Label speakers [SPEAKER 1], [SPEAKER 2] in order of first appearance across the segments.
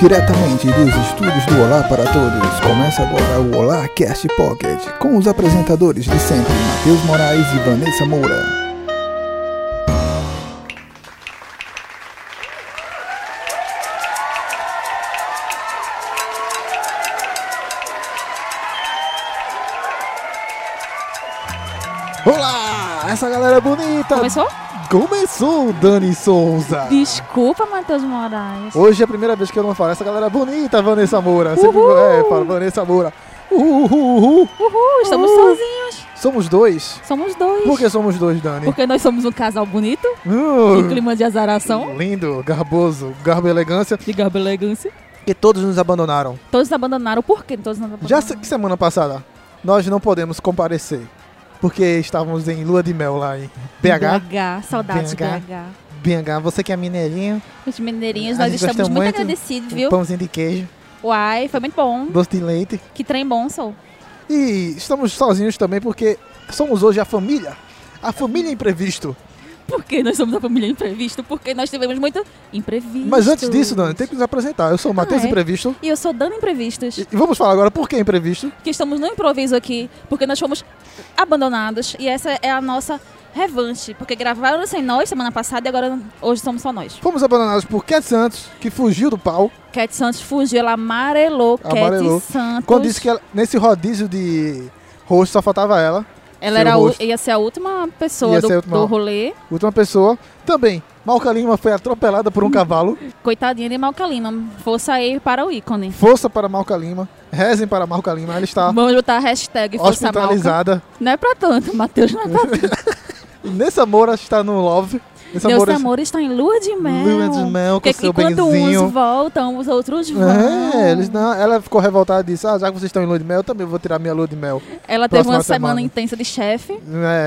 [SPEAKER 1] Diretamente dos estúdios do Olá para Todos, começa agora o Olá Cast Pocket, com os apresentadores de sempre, Matheus Moraes e Vanessa Moura.
[SPEAKER 2] Olá, essa galera bonita!
[SPEAKER 3] Começou?
[SPEAKER 2] Começou o Dani Souza!
[SPEAKER 3] Desculpa, Matheus Moraes.
[SPEAKER 2] Hoje é a primeira vez que eu não falo essa galera bonita, Vanessa Moura. Sempre
[SPEAKER 3] Uhul!
[SPEAKER 2] é, falo Vanessa Moura. Uhul, uhul, uhul.
[SPEAKER 3] Uhul, estamos
[SPEAKER 2] Uhul.
[SPEAKER 3] sozinhos.
[SPEAKER 2] Somos dois?
[SPEAKER 3] Somos dois.
[SPEAKER 2] uh. Por que somos dois, Dani?
[SPEAKER 3] Porque nós somos um casal bonito,
[SPEAKER 2] Uh,
[SPEAKER 3] em clima de azaração,
[SPEAKER 2] lindo, garboso, garbo e elegância,
[SPEAKER 3] de garbo e elegância.
[SPEAKER 2] que todos nos abandonaram.
[SPEAKER 3] Todos abandonaram. Por que todos não abandonaram?
[SPEAKER 2] Já se- semana passada, nós não podemos comparecer, porque estávamos em lua de mel lá em BH.
[SPEAKER 3] BH, saudades de
[SPEAKER 2] BH.
[SPEAKER 3] BH.
[SPEAKER 2] BH, você que é mineirinho,
[SPEAKER 3] Os mineirinhos,
[SPEAKER 2] A
[SPEAKER 3] nós
[SPEAKER 2] gente
[SPEAKER 3] estamos
[SPEAKER 2] gostou
[SPEAKER 3] muito
[SPEAKER 2] muito.
[SPEAKER 3] agradecidos, viu?
[SPEAKER 2] pãozinho de queijo,
[SPEAKER 3] Uai, foi muito bom.
[SPEAKER 2] doce de leite.
[SPEAKER 3] Que trem bom, Sol.
[SPEAKER 2] E estamos sozinhos também porque somos hoje a família. A família imprevisto.
[SPEAKER 3] Porque nós somos a família imprevisto, porque nós tivemos muito imprevisto.
[SPEAKER 2] Mas antes disso, Dani, tem que nos apresentar. Eu sou o Matheus
[SPEAKER 3] Ah, é?
[SPEAKER 2] Imprevisto.
[SPEAKER 3] E eu sou dando imprevistos.
[SPEAKER 2] E vamos falar agora por que imprevisto.
[SPEAKER 3] que estamos no improviso aqui, porque nós fomos abandonados e essa é a nossa revanche, porque gravaram sem nós semana passada e agora hoje somos só nós.
[SPEAKER 2] Fomos abandonados por Cat Santos, que fugiu do pau,
[SPEAKER 3] Cat Santos fugiu, ela amarelou,
[SPEAKER 2] Amarelou.
[SPEAKER 3] Cat Santos.
[SPEAKER 2] quando disse que ela- nesse rodízio de rosto só faltava ela,
[SPEAKER 3] ela
[SPEAKER 2] seu
[SPEAKER 3] era a u-
[SPEAKER 2] rosto.
[SPEAKER 3] ia ser a última pessoa
[SPEAKER 2] Ia
[SPEAKER 3] do,
[SPEAKER 2] ser a última.
[SPEAKER 3] do rolê.
[SPEAKER 2] última pessoa. Também, Malca Lima foi atropelada por um cavalo.
[SPEAKER 3] Coitadinha de Malcalima, força aí para o ícone.
[SPEAKER 2] Força para Malca Lima. Rezem para Malca Lima. Ela está
[SPEAKER 3] Vamos botar a hashtag força Malca.
[SPEAKER 2] hospitalizada.
[SPEAKER 3] Não é pra tanto, Matheus, não é pra tanto.
[SPEAKER 2] E Nessa Moura está no love. Nessa
[SPEAKER 3] Deus
[SPEAKER 2] Moura
[SPEAKER 3] amor está em lua de mel.
[SPEAKER 2] Lua de mel com
[SPEAKER 3] Porque
[SPEAKER 2] seu
[SPEAKER 3] enquanto
[SPEAKER 2] benzinho.
[SPEAKER 3] uns voltam, os outros vão.
[SPEAKER 2] É, eles não, ela ficou revoltada e disse: Ah, já que vocês estão em lua de mel, eu também vou tirar minha lua de mel.
[SPEAKER 3] Ela teve
[SPEAKER 2] Próxima
[SPEAKER 3] uma semana,
[SPEAKER 2] semana.
[SPEAKER 3] intensa de chefe,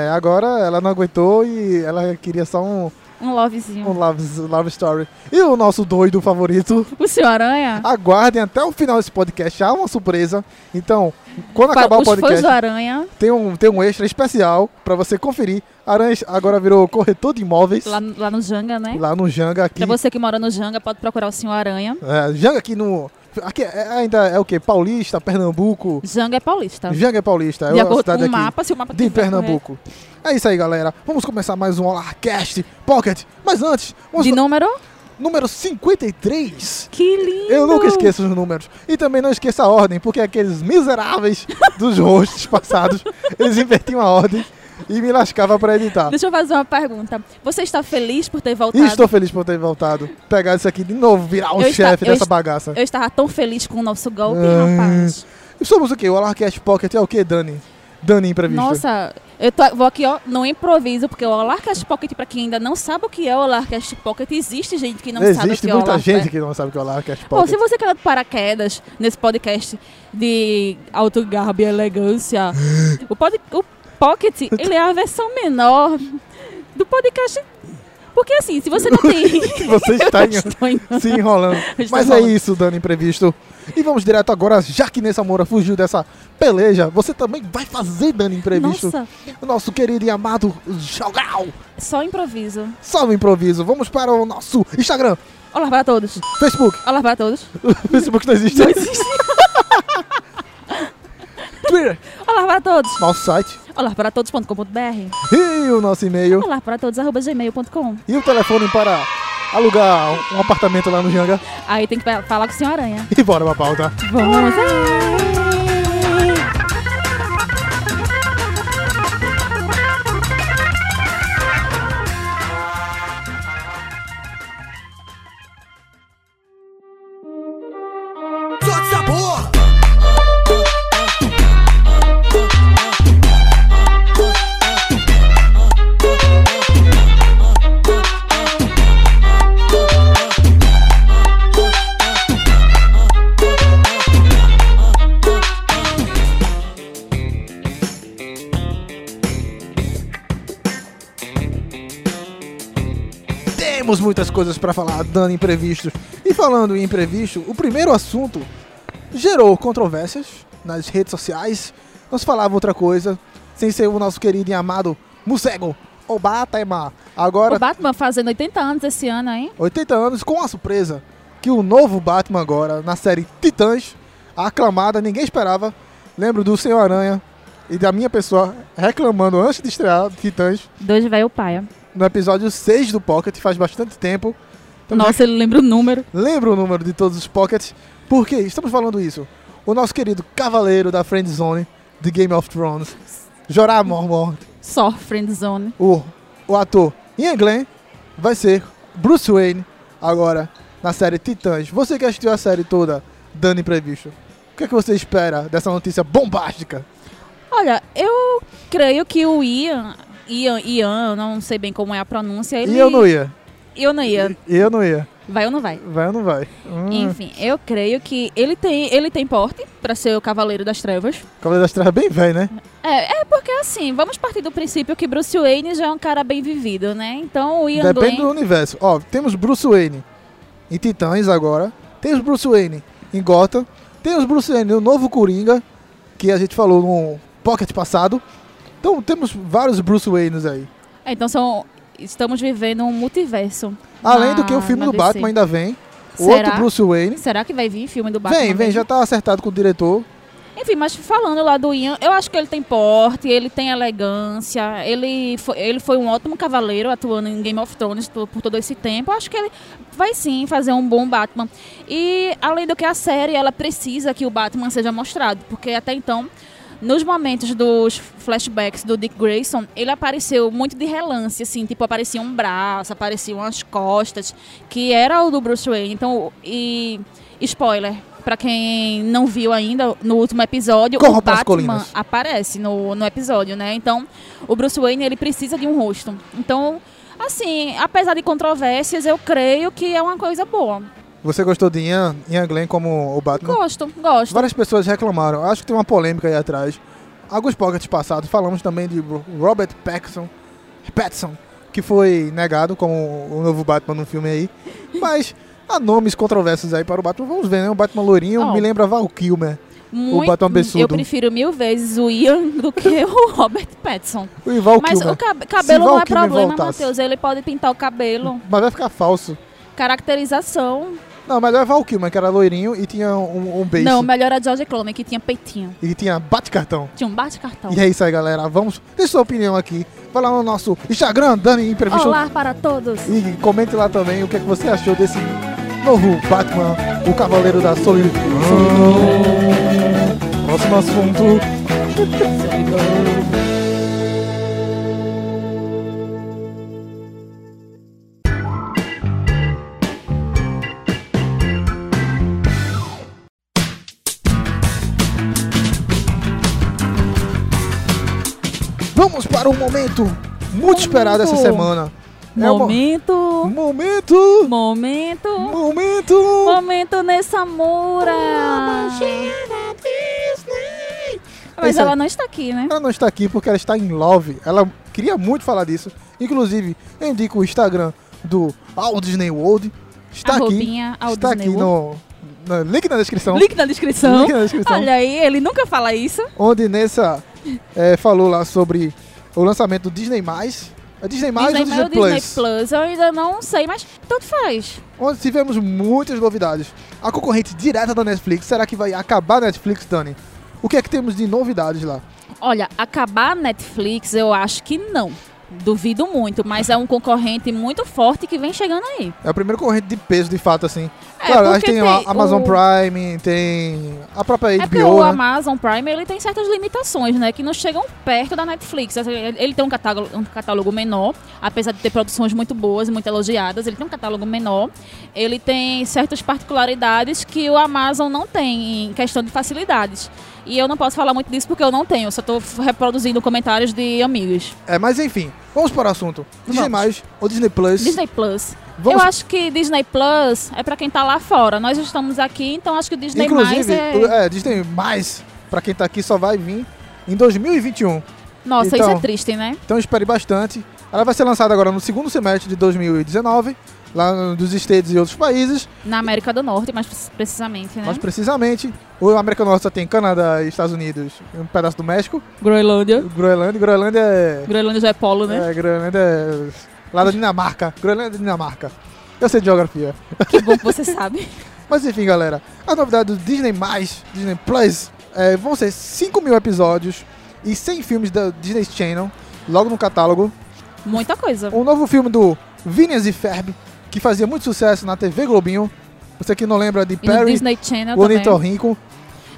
[SPEAKER 2] É, agora ela não aguentou e ela queria só um,
[SPEAKER 3] um lovezinho.
[SPEAKER 2] um love, love story. E o nosso doido favorito,
[SPEAKER 3] O Senhor Aranha,
[SPEAKER 2] Ah, aguardem até o final desse podcast, há uma surpresa. Então, quando
[SPEAKER 3] para
[SPEAKER 2] acabar o
[SPEAKER 3] os fãs do
[SPEAKER 2] podcast,
[SPEAKER 3] Aranha,
[SPEAKER 2] tem um, tem um extra especial pra você conferir. Aranha agora virou corretor de imóveis
[SPEAKER 3] lá,
[SPEAKER 2] lá,
[SPEAKER 3] lá no Janga, né?
[SPEAKER 2] no Janga aqui.
[SPEAKER 3] Pra você que mora no Janga, pode procurar o Senhor Aranha.
[SPEAKER 2] É, Janga aqui no. Aqui é- ainda é o quê? Paulista, Pernambuco.
[SPEAKER 3] Janga é paulista.
[SPEAKER 2] Janga é paulista, é
[SPEAKER 3] de
[SPEAKER 2] uma
[SPEAKER 3] acordo com
[SPEAKER 2] cidade
[SPEAKER 3] o
[SPEAKER 2] aqui.
[SPEAKER 3] mapa, se o mapa
[SPEAKER 2] de
[SPEAKER 3] tiver
[SPEAKER 2] Pernambuco. É isso aí, galera. Vamos começar mais um Olarcast Pocket. Mas antes,
[SPEAKER 3] correto.
[SPEAKER 2] vamos
[SPEAKER 3] De
[SPEAKER 2] fa-
[SPEAKER 3] número?
[SPEAKER 2] número 53.
[SPEAKER 3] Que lindo!
[SPEAKER 2] Eu nunca esqueço os números. E também não esqueça a ordem, porque aqueles miseráveis dos rostos passados, eles invertiam a ordem e me lascava pra editar.
[SPEAKER 3] Deixa eu fazer uma pergunta. Você está feliz por ter
[SPEAKER 2] E
[SPEAKER 3] voltado?
[SPEAKER 2] estou feliz por ter voltado. Pegar isso aqui de novo, virar o
[SPEAKER 3] Eu esta-
[SPEAKER 2] chefe
[SPEAKER 3] eu
[SPEAKER 2] dessa
[SPEAKER 3] est-
[SPEAKER 2] bagaça.
[SPEAKER 3] Eu estava tão feliz com o nosso golpe,
[SPEAKER 2] Ah,
[SPEAKER 3] rapaz.
[SPEAKER 2] E Somos o quê? O Olarcast Pocket é o quê, Dani? Dani imprevisto.
[SPEAKER 3] Nossa, eu tô- vou aqui, ó, não improviso, porque o Olarcast Pocket, pra quem ainda não sabe o que é o Olarcast Pocket, existe gente que não sabe o
[SPEAKER 2] Existe
[SPEAKER 3] que é o
[SPEAKER 2] muita
[SPEAKER 3] Olarcast
[SPEAKER 2] gente que não sabe o que é o Olarcast
[SPEAKER 3] Bom,
[SPEAKER 2] Pocket.
[SPEAKER 3] se você quer paraquedas nesse podcast de alto garbo e elegância, o, pod, o Pocket, ele é a versão menor do podcast. Porque assim, se você não tem...
[SPEAKER 2] Você está em...
[SPEAKER 3] Estou em-
[SPEAKER 2] se enrolando.
[SPEAKER 3] Está
[SPEAKER 2] Mas é
[SPEAKER 3] enrolando.
[SPEAKER 2] isso, Dani Imprevisto. E vamos direto agora, já que Nessa Moura fugiu dessa peleja, você também vai fazer Dani Imprevisto.
[SPEAKER 3] Nossa,
[SPEAKER 2] O nosso querido e amado Jogal.
[SPEAKER 3] só improviso.
[SPEAKER 2] Salve improviso. Vamos para o nosso Instagram,
[SPEAKER 3] Olá para todos.
[SPEAKER 2] Facebook.
[SPEAKER 3] Olá para todos.
[SPEAKER 2] Facebook não existe.
[SPEAKER 3] Não existe.
[SPEAKER 2] Twitter.
[SPEAKER 3] Olá para todos.
[SPEAKER 2] Nosso site.
[SPEAKER 3] Olá para todos.com.br.
[SPEAKER 2] E o nosso e-mail.
[SPEAKER 3] Olá para todos, arroba gmail.com.
[SPEAKER 2] E o telefone para alugar um- um apartamento lá no Janga.
[SPEAKER 3] Aí tem que fa- falar com o senhor Aranha.
[SPEAKER 2] E bora pra pauta.
[SPEAKER 3] Vamos lá.
[SPEAKER 2] Temos muitas coisas pra falar, dando imprevistos. E falando em imprevisto, o primeiro assunto gerou controvérsias nas redes sociais. Nós falava outra coisa, sem ser o nosso querido e amado Musego Obataema. Agora,
[SPEAKER 3] O Batman fazendo 80 anos esse ano, hein?
[SPEAKER 2] 80 anos, com uma surpresa. que o novo Batman agora, na série Titãs, a aclamada, ninguém esperava. Lembro do Senhor Aranha e da minha pessoa reclamando antes de estrear Titãs,
[SPEAKER 3] Dois vai o paia.
[SPEAKER 2] no episódio 6 do Pocket, faz bastante tempo. Estamos
[SPEAKER 3] Nossa, ele lembra o número.
[SPEAKER 2] Lembra o número de todos os pockets? Por que estamos falando isso? O nosso querido cavaleiro da Friend Zone de Game of Thrones, Jorah Mormont,
[SPEAKER 3] Só Friendzone.
[SPEAKER 2] o, o ator Ian Glenn, vai ser Bruce Wayne agora na série Titãs. Você que assistiu a série toda, dando imprevisto, o que, é que você espera dessa notícia bombástica?
[SPEAKER 3] Olha, eu creio que o Ian, Ian, Ian, eu não sei bem como é a pronúncia. Ele...
[SPEAKER 2] E eu não ia.
[SPEAKER 3] Eu não ia.
[SPEAKER 2] E eu não ia.
[SPEAKER 3] Vai ou não vai?
[SPEAKER 2] Vai ou não vai? Hum,
[SPEAKER 3] Enfim, eu creio que ele tem, ele tem porte pra ser o Cavaleiro das Trevas.
[SPEAKER 2] Cavaleiro das Trevas é bem velho, né?
[SPEAKER 3] É, é porque assim, vamos partir do princípio que Bruce Wayne já é um cara bem vivido, né? Então o Ian
[SPEAKER 2] Depende
[SPEAKER 3] Glenn-
[SPEAKER 2] do universo. Ó, temos Bruce Wayne em Titãs agora. Temos Bruce Wayne em Gotham. Temos Bruce Wayne no novo Coringa, que a gente falou no Pocket passado. Então temos vários Bruce Waynes aí.
[SPEAKER 3] É, então são estamos vivendo um multiverso.
[SPEAKER 2] Além
[SPEAKER 3] na-
[SPEAKER 2] do que o filme
[SPEAKER 3] Ah, na
[SPEAKER 2] do
[SPEAKER 3] DC.
[SPEAKER 2] Batman ainda vem. O
[SPEAKER 3] Será?
[SPEAKER 2] outro Bruce Wayne.
[SPEAKER 3] Será que vai vir filme do Batman?
[SPEAKER 2] vem, vem, já tá acertado com o diretor.
[SPEAKER 3] Enfim, mas falando lá do Ian, eu acho que ele tem porte, ele tem elegância, ele foi, ele foi um ótimo cavaleiro atuando em Game of Thrones to- por todo esse tempo. Eu acho que ele vai sim fazer um bom Batman. E além do que a série, ela precisa que o Batman seja mostrado, porque até então, nos momentos dos flashbacks do Dick Grayson, ele apareceu muito de relance, assim, tipo, aparecia um braço, apareciam as costas, que era o do Bruce Wayne. Então, e spoiler, pra quem não viu ainda, no último episódio,
[SPEAKER 2] Corra
[SPEAKER 3] o
[SPEAKER 2] pras
[SPEAKER 3] Batman
[SPEAKER 2] colinas.
[SPEAKER 3] aparece no, no episódio, né? Então, o Bruce Wayne, ele precisa de um rosto. Então, assim, apesar de controvérsias, eu creio que é uma coisa boa.
[SPEAKER 2] Você gostou de Ian, Ian Glenn como o Batman?
[SPEAKER 3] Gosto, gosto.
[SPEAKER 2] Várias pessoas reclamaram. Acho que tem uma polêmica aí atrás. Alguns pockets passados falamos também de Robert Pattinson, Pattinson, que foi negado como o novo Batman no filme aí. Mas há nomes controversos aí para o Batman. Vamos ver, né? O Batman loirinho
[SPEAKER 3] Ó.
[SPEAKER 2] me lembra Val Kilmer.
[SPEAKER 3] Muito,
[SPEAKER 2] Batman Bessudo.
[SPEAKER 3] Eu prefiro mil vezes o Ian do que o Robert Pattinson.
[SPEAKER 2] O Val
[SPEAKER 3] Mas
[SPEAKER 2] Kilmer.
[SPEAKER 3] o cab- cabelo
[SPEAKER 2] Val
[SPEAKER 3] não é
[SPEAKER 2] Kilmer
[SPEAKER 3] problema,
[SPEAKER 2] voltasse.
[SPEAKER 3] Matheus. Ele pode pintar o cabelo.
[SPEAKER 2] Mas vai ficar falso.
[SPEAKER 3] Caracterização.
[SPEAKER 2] Não, mas é Val Kilmer, que era loirinho e tinha um, um beijo.
[SPEAKER 3] Não, melhor a George Clooney, que tinha peitinho.
[SPEAKER 2] E tinha bate-cartão.
[SPEAKER 3] Tinha um bate-cartão.
[SPEAKER 2] E é isso aí, galera. Vamos. Deixe sua opinião aqui. Vai lá no nosso Instagram, Dani Imprevisto
[SPEAKER 3] Olá para todos.
[SPEAKER 2] E comente lá também o que, é que você achou desse novo Batman, o Cavaleiro da Solidão. Próximo assunto. Vamos para o momento muito esperado essa
[SPEAKER 3] Momento.
[SPEAKER 2] semana. É uma-
[SPEAKER 3] Momento,
[SPEAKER 2] Momento!
[SPEAKER 3] momento,
[SPEAKER 2] Momento!
[SPEAKER 3] momento nessa mura. Mas
[SPEAKER 2] Esse-
[SPEAKER 3] ela não está aqui, né?
[SPEAKER 2] Ela não está aqui porque ela está em love. Ela queria muito falar disso. Inclusive, eu indico o Instagram do All Disney World. Está aqui.
[SPEAKER 3] Arrobinha ao
[SPEAKER 2] Está aqui
[SPEAKER 3] Disney World.
[SPEAKER 2] no, no link na descrição.
[SPEAKER 3] Link na descrição.
[SPEAKER 2] Link na descrição.
[SPEAKER 3] Olha aí, ele nunca fala isso.
[SPEAKER 2] Onde Nessa eh, falou lá sobre o lançamento do Disney+. É Disney+, ou
[SPEAKER 3] Disney
[SPEAKER 2] Disney
[SPEAKER 3] Plus. Disney Plus, eu ainda não sei, mas tanto faz.
[SPEAKER 2] Onde tivemos muitas novidades. A concorrente direta da Netflix. Será que vai acabar a Netflix, Dani? O que é que temos de novidades lá?
[SPEAKER 3] Olha, acabar a Netflix eu acho que não. Duvido muito, mas é um concorrente muito forte que vem chegando aí.
[SPEAKER 2] É o primeiro corrente de peso, de fato, assim.
[SPEAKER 3] É,
[SPEAKER 2] claro, a gente
[SPEAKER 3] porque
[SPEAKER 2] tem, a
[SPEAKER 3] tem
[SPEAKER 2] Amazon
[SPEAKER 3] o-
[SPEAKER 2] Prime, tem a própria
[SPEAKER 3] É porque o
[SPEAKER 2] HBO, né?
[SPEAKER 3] Amazon Prime ele tem certas limitações, né? Que não chegam perto da Netflix. Ele ele tem um catálogo, um catálogo menor, apesar de ter produções muito boas, muito elogiadas, ele tem um catálogo menor. Ele tem certas particularidades que o Amazon não tem em questão de facilidades. E eu não posso falar muito disso porque eu não tenho, eu só estou reproduzindo comentários de amigos.
[SPEAKER 2] É, mas enfim, vamos para o assunto. Disney
[SPEAKER 3] Vamos.
[SPEAKER 2] Mais ou Disney Plus?
[SPEAKER 3] Disney Plus.
[SPEAKER 2] Vamos-
[SPEAKER 3] Eu acho que Disney Plus é pra quem tá lá fora. Nós estamos aqui, então acho que o Disney Mais
[SPEAKER 2] Inclusive, o-
[SPEAKER 3] é.
[SPEAKER 2] é... Disney Mais, pra quem tá aqui, só vai vir em 2021.
[SPEAKER 3] Nossa, isso
[SPEAKER 2] então-
[SPEAKER 3] é triste, né?
[SPEAKER 2] um. Então espere bastante. Ela vai ser lançada agora no segundo semestre de 2019, lá nos States e outros países.
[SPEAKER 3] Na América do Norte, mais precis- precisamente, né?
[SPEAKER 2] Mas precisamente, o América do Norte só tem Canadá e Estados Unidos, e um pedaço do México,
[SPEAKER 3] Groenlândia.
[SPEAKER 2] Groenlândia. Groenlândia é.
[SPEAKER 3] Groenlândia já é polo, né?
[SPEAKER 2] É, Groenlândia é lá da Dinamarca. Groenlândia é Dinamarca. Eu sei de geografia.
[SPEAKER 3] Que É. bom que você sabe.
[SPEAKER 2] Mas enfim, galera, as novidades do Disney, Disney Plus, eh, vão ser 5 mil episódios e 100 filmes da Disney Channel, logo no catálogo.
[SPEAKER 3] Muita coisa.
[SPEAKER 2] Um novo filme do Phineas e Ferb, que fazia muito sucesso na TV Globinho. Você que não lembra de
[SPEAKER 3] E no
[SPEAKER 2] Perry,
[SPEAKER 3] Disney Channel
[SPEAKER 2] o
[SPEAKER 3] também.
[SPEAKER 2] Ornitorrinco.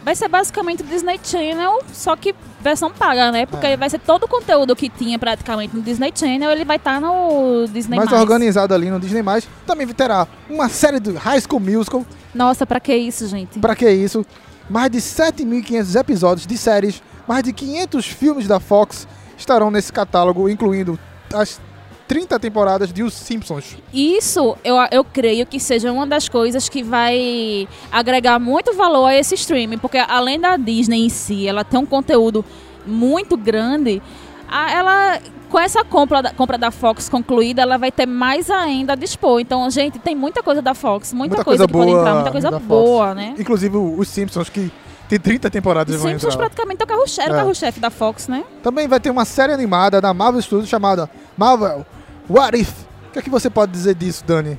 [SPEAKER 3] Vai ser basicamente o Disney Channel, só que versão paga, né?
[SPEAKER 2] É.
[SPEAKER 3] Porque vai ser todo o conteúdo que tinha praticamente no Disney Channel, ele vai estar no Disney+.
[SPEAKER 2] mais organizado ali no Disney+. Também terá uma série do High School Musical,
[SPEAKER 3] Nossa, pra que isso, gente?
[SPEAKER 2] Pra que isso? Mais de 7.500 episódios de séries, mais de 500 filmes da Fox estarão nesse catálogo, incluindo as 30 temporadas de Os Simpsons.
[SPEAKER 3] Isso eu, eu creio que seja uma das coisas que vai agregar muito valor a esse streaming, porque além da Disney em si, ela tem um conteúdo muito grande, a- ela com essa compra da, compra da Fox concluída, ela vai ter mais ainda a dispor. Então, gente, tem muita coisa da Fox, muita,
[SPEAKER 2] Muita
[SPEAKER 3] coisa,
[SPEAKER 2] coisa
[SPEAKER 3] que pode
[SPEAKER 2] boa
[SPEAKER 3] entrar, muita coisa
[SPEAKER 2] da Fox.
[SPEAKER 3] boa, né?
[SPEAKER 2] Inclusive o- Os Simpsons, que tem 30 temporadas vão
[SPEAKER 3] Simpsons
[SPEAKER 2] entrar.
[SPEAKER 3] praticamente é o carro-chefe
[SPEAKER 2] É.
[SPEAKER 3] carro da Fox, né?
[SPEAKER 2] Também vai ter uma série animada da Marvel Studios chamada Marvel What If? O que é que você pode dizer disso, Dani?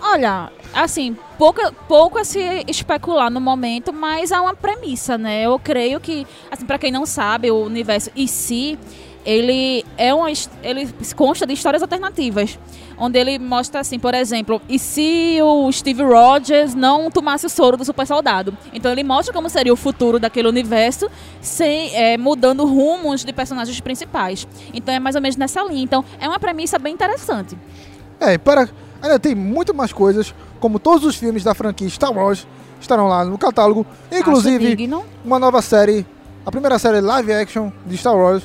[SPEAKER 3] Olha, assim, pouca, pouco a se especular no momento, mas há uma premissa, né? Eu creio que, assim, para quem não sabe, o universo em si, ele é uma, his- ele consta de histórias alternativas, onde ele mostra assim, por exemplo, e se o Steve Rogers não tomasse o soro do super soldado? Então ele mostra como seria o futuro daquele universo, sem, é, mudando rumos de personagens principais. Então é mais ou menos nessa linha. Então é uma premissa bem interessante.
[SPEAKER 2] É, e para. Ainda tem muito mais coisas, como todos os filmes da franquia Star Wars estarão lá no catálogo,
[SPEAKER 3] Acho é
[SPEAKER 2] inclusive
[SPEAKER 3] digno.
[SPEAKER 2] uma nova série, a primeira série live action de Star Wars,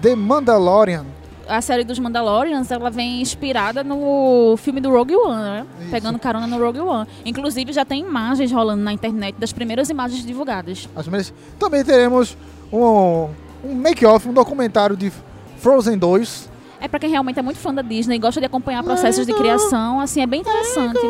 [SPEAKER 2] The Mandalorian.
[SPEAKER 3] a série dos Mandalorians, ela vem inspirada no filme do Rogue One, né?
[SPEAKER 2] Isso.
[SPEAKER 3] Pegando carona no Rogue One. Inclusive, já tem imagens rolando na internet das primeiras imagens divulgadas.
[SPEAKER 2] As primeiras- Também teremos um, um make-off, um documentário de Frozen 2.
[SPEAKER 3] É pra quem realmente é muito fã da Disney e gosta de acompanhar processos de criação, assim, é bem interessante.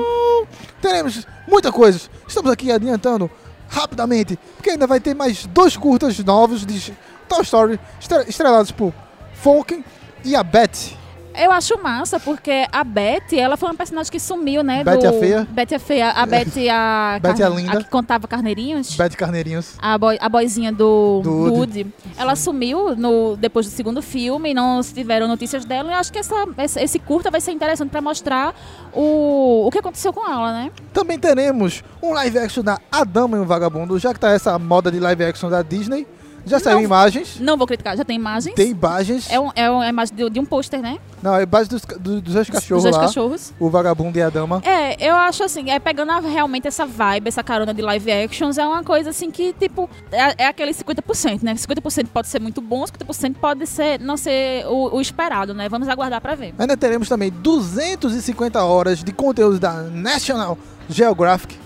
[SPEAKER 2] Teremos muita coisa. Estamos aqui adiantando rapidamente, porque ainda vai ter mais dois curtas novos de Toy Story, estre- estrelados por Falcon e a Betty.
[SPEAKER 3] Eu acho massa, porque a Betty, ela foi uma personagem que sumiu, né?
[SPEAKER 2] Betty
[SPEAKER 3] do...
[SPEAKER 2] a feia? É.
[SPEAKER 3] Betty a feia. A Betty a...
[SPEAKER 2] Betty a linda.
[SPEAKER 3] A que contava carneirinhos.
[SPEAKER 2] Betty Carneirinhos.
[SPEAKER 3] a, boy, a boyzinha do,
[SPEAKER 2] Do
[SPEAKER 3] do
[SPEAKER 2] Woody.
[SPEAKER 3] Woody, ela sumiu no, depois do segundo filme, não se tiveram notícias dela. E eu acho que essa, essa- esse curta vai ser interessante pra mostrar o, o que aconteceu com ela, né?
[SPEAKER 2] Também teremos um live action da A Dama e o Vagabundo, já que tá essa moda de live action da Disney. Já saiu
[SPEAKER 3] Não.
[SPEAKER 2] imagens.
[SPEAKER 3] Não vou criticar, já tem imagens.
[SPEAKER 2] Tem imagens.
[SPEAKER 3] É, um, é uma imagem de, de um pôster, né?
[SPEAKER 2] Não, é base dos, ca- do- dos dois
[SPEAKER 3] Dos
[SPEAKER 2] cachorros
[SPEAKER 3] dois
[SPEAKER 2] lá.
[SPEAKER 3] cachorros.
[SPEAKER 2] O vagabundo e a dama.
[SPEAKER 3] É, eu acho assim, é pegando a- realmente essa vibe, essa carona de live actions, é uma coisa assim que, tipo, é, é aquele 50%, né? 50% pode ser muito bom, 50% pode ser não ser o, o esperado, né? Vamos aguardar pra ver.
[SPEAKER 2] Ainda teremos também 250 horas de conteúdo da National Geographic.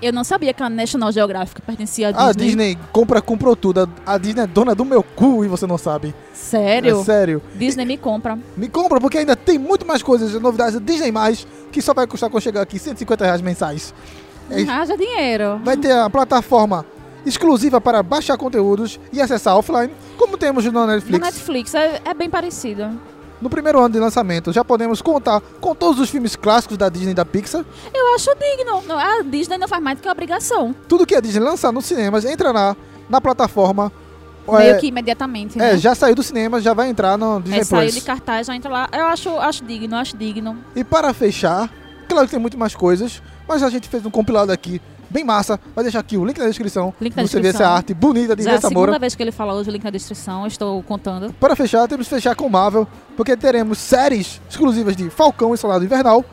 [SPEAKER 3] Eu não sabia que a National Geographic pertencia à Disney.
[SPEAKER 2] A Ah, Disney compra, comprou tudo. A- A Disney é dona do meu cu e você não sabe.
[SPEAKER 3] Sério?
[SPEAKER 2] É sério.
[SPEAKER 3] Disney me compra.
[SPEAKER 2] Me compra porque ainda tem muito mais coisas, novidades da Disney+, que só vai custar quando chegar aqui 150 reais mensais. É isso.
[SPEAKER 3] Haja dinheiro.
[SPEAKER 2] Vai ter a plataforma exclusiva para baixar conteúdos e acessar offline, como temos na
[SPEAKER 3] Na
[SPEAKER 2] Netflix.
[SPEAKER 3] Netflix é, é bem parecido.
[SPEAKER 2] No primeiro ano de lançamento, já podemos contar com todos os filmes clássicos da Disney e da Pixar,
[SPEAKER 3] Eu acho digno. Não, A Disney não faz mais do que obrigação.
[SPEAKER 2] tudo que a Disney lançar nos cinemas entrará na plataforma.
[SPEAKER 3] Meio
[SPEAKER 2] é,
[SPEAKER 3] que imediatamente,
[SPEAKER 2] é,
[SPEAKER 3] né?
[SPEAKER 2] já saiu do cinema, já vai entrar no Disney
[SPEAKER 3] É, saiu de
[SPEAKER 2] Plus.
[SPEAKER 3] cartaz, já entra lá. Eu acho, acho digno, acho digno.
[SPEAKER 2] E para fechar, claro que tem muito mais coisas, mas a gente fez um compilado aqui bem massa. Vai deixar aqui o link na descrição.
[SPEAKER 3] Link
[SPEAKER 2] pra
[SPEAKER 3] na
[SPEAKER 2] você vê
[SPEAKER 3] descrição.
[SPEAKER 2] essa arte bonita de
[SPEAKER 3] Já é a
[SPEAKER 2] Ressa Moura.
[SPEAKER 3] segunda vez que ele fala hoje, o link na descrição, eu estou contando.
[SPEAKER 2] Para fechar, temos que fechar com Marvel, porque teremos séries exclusivas de Falcão e Soldado Invernal,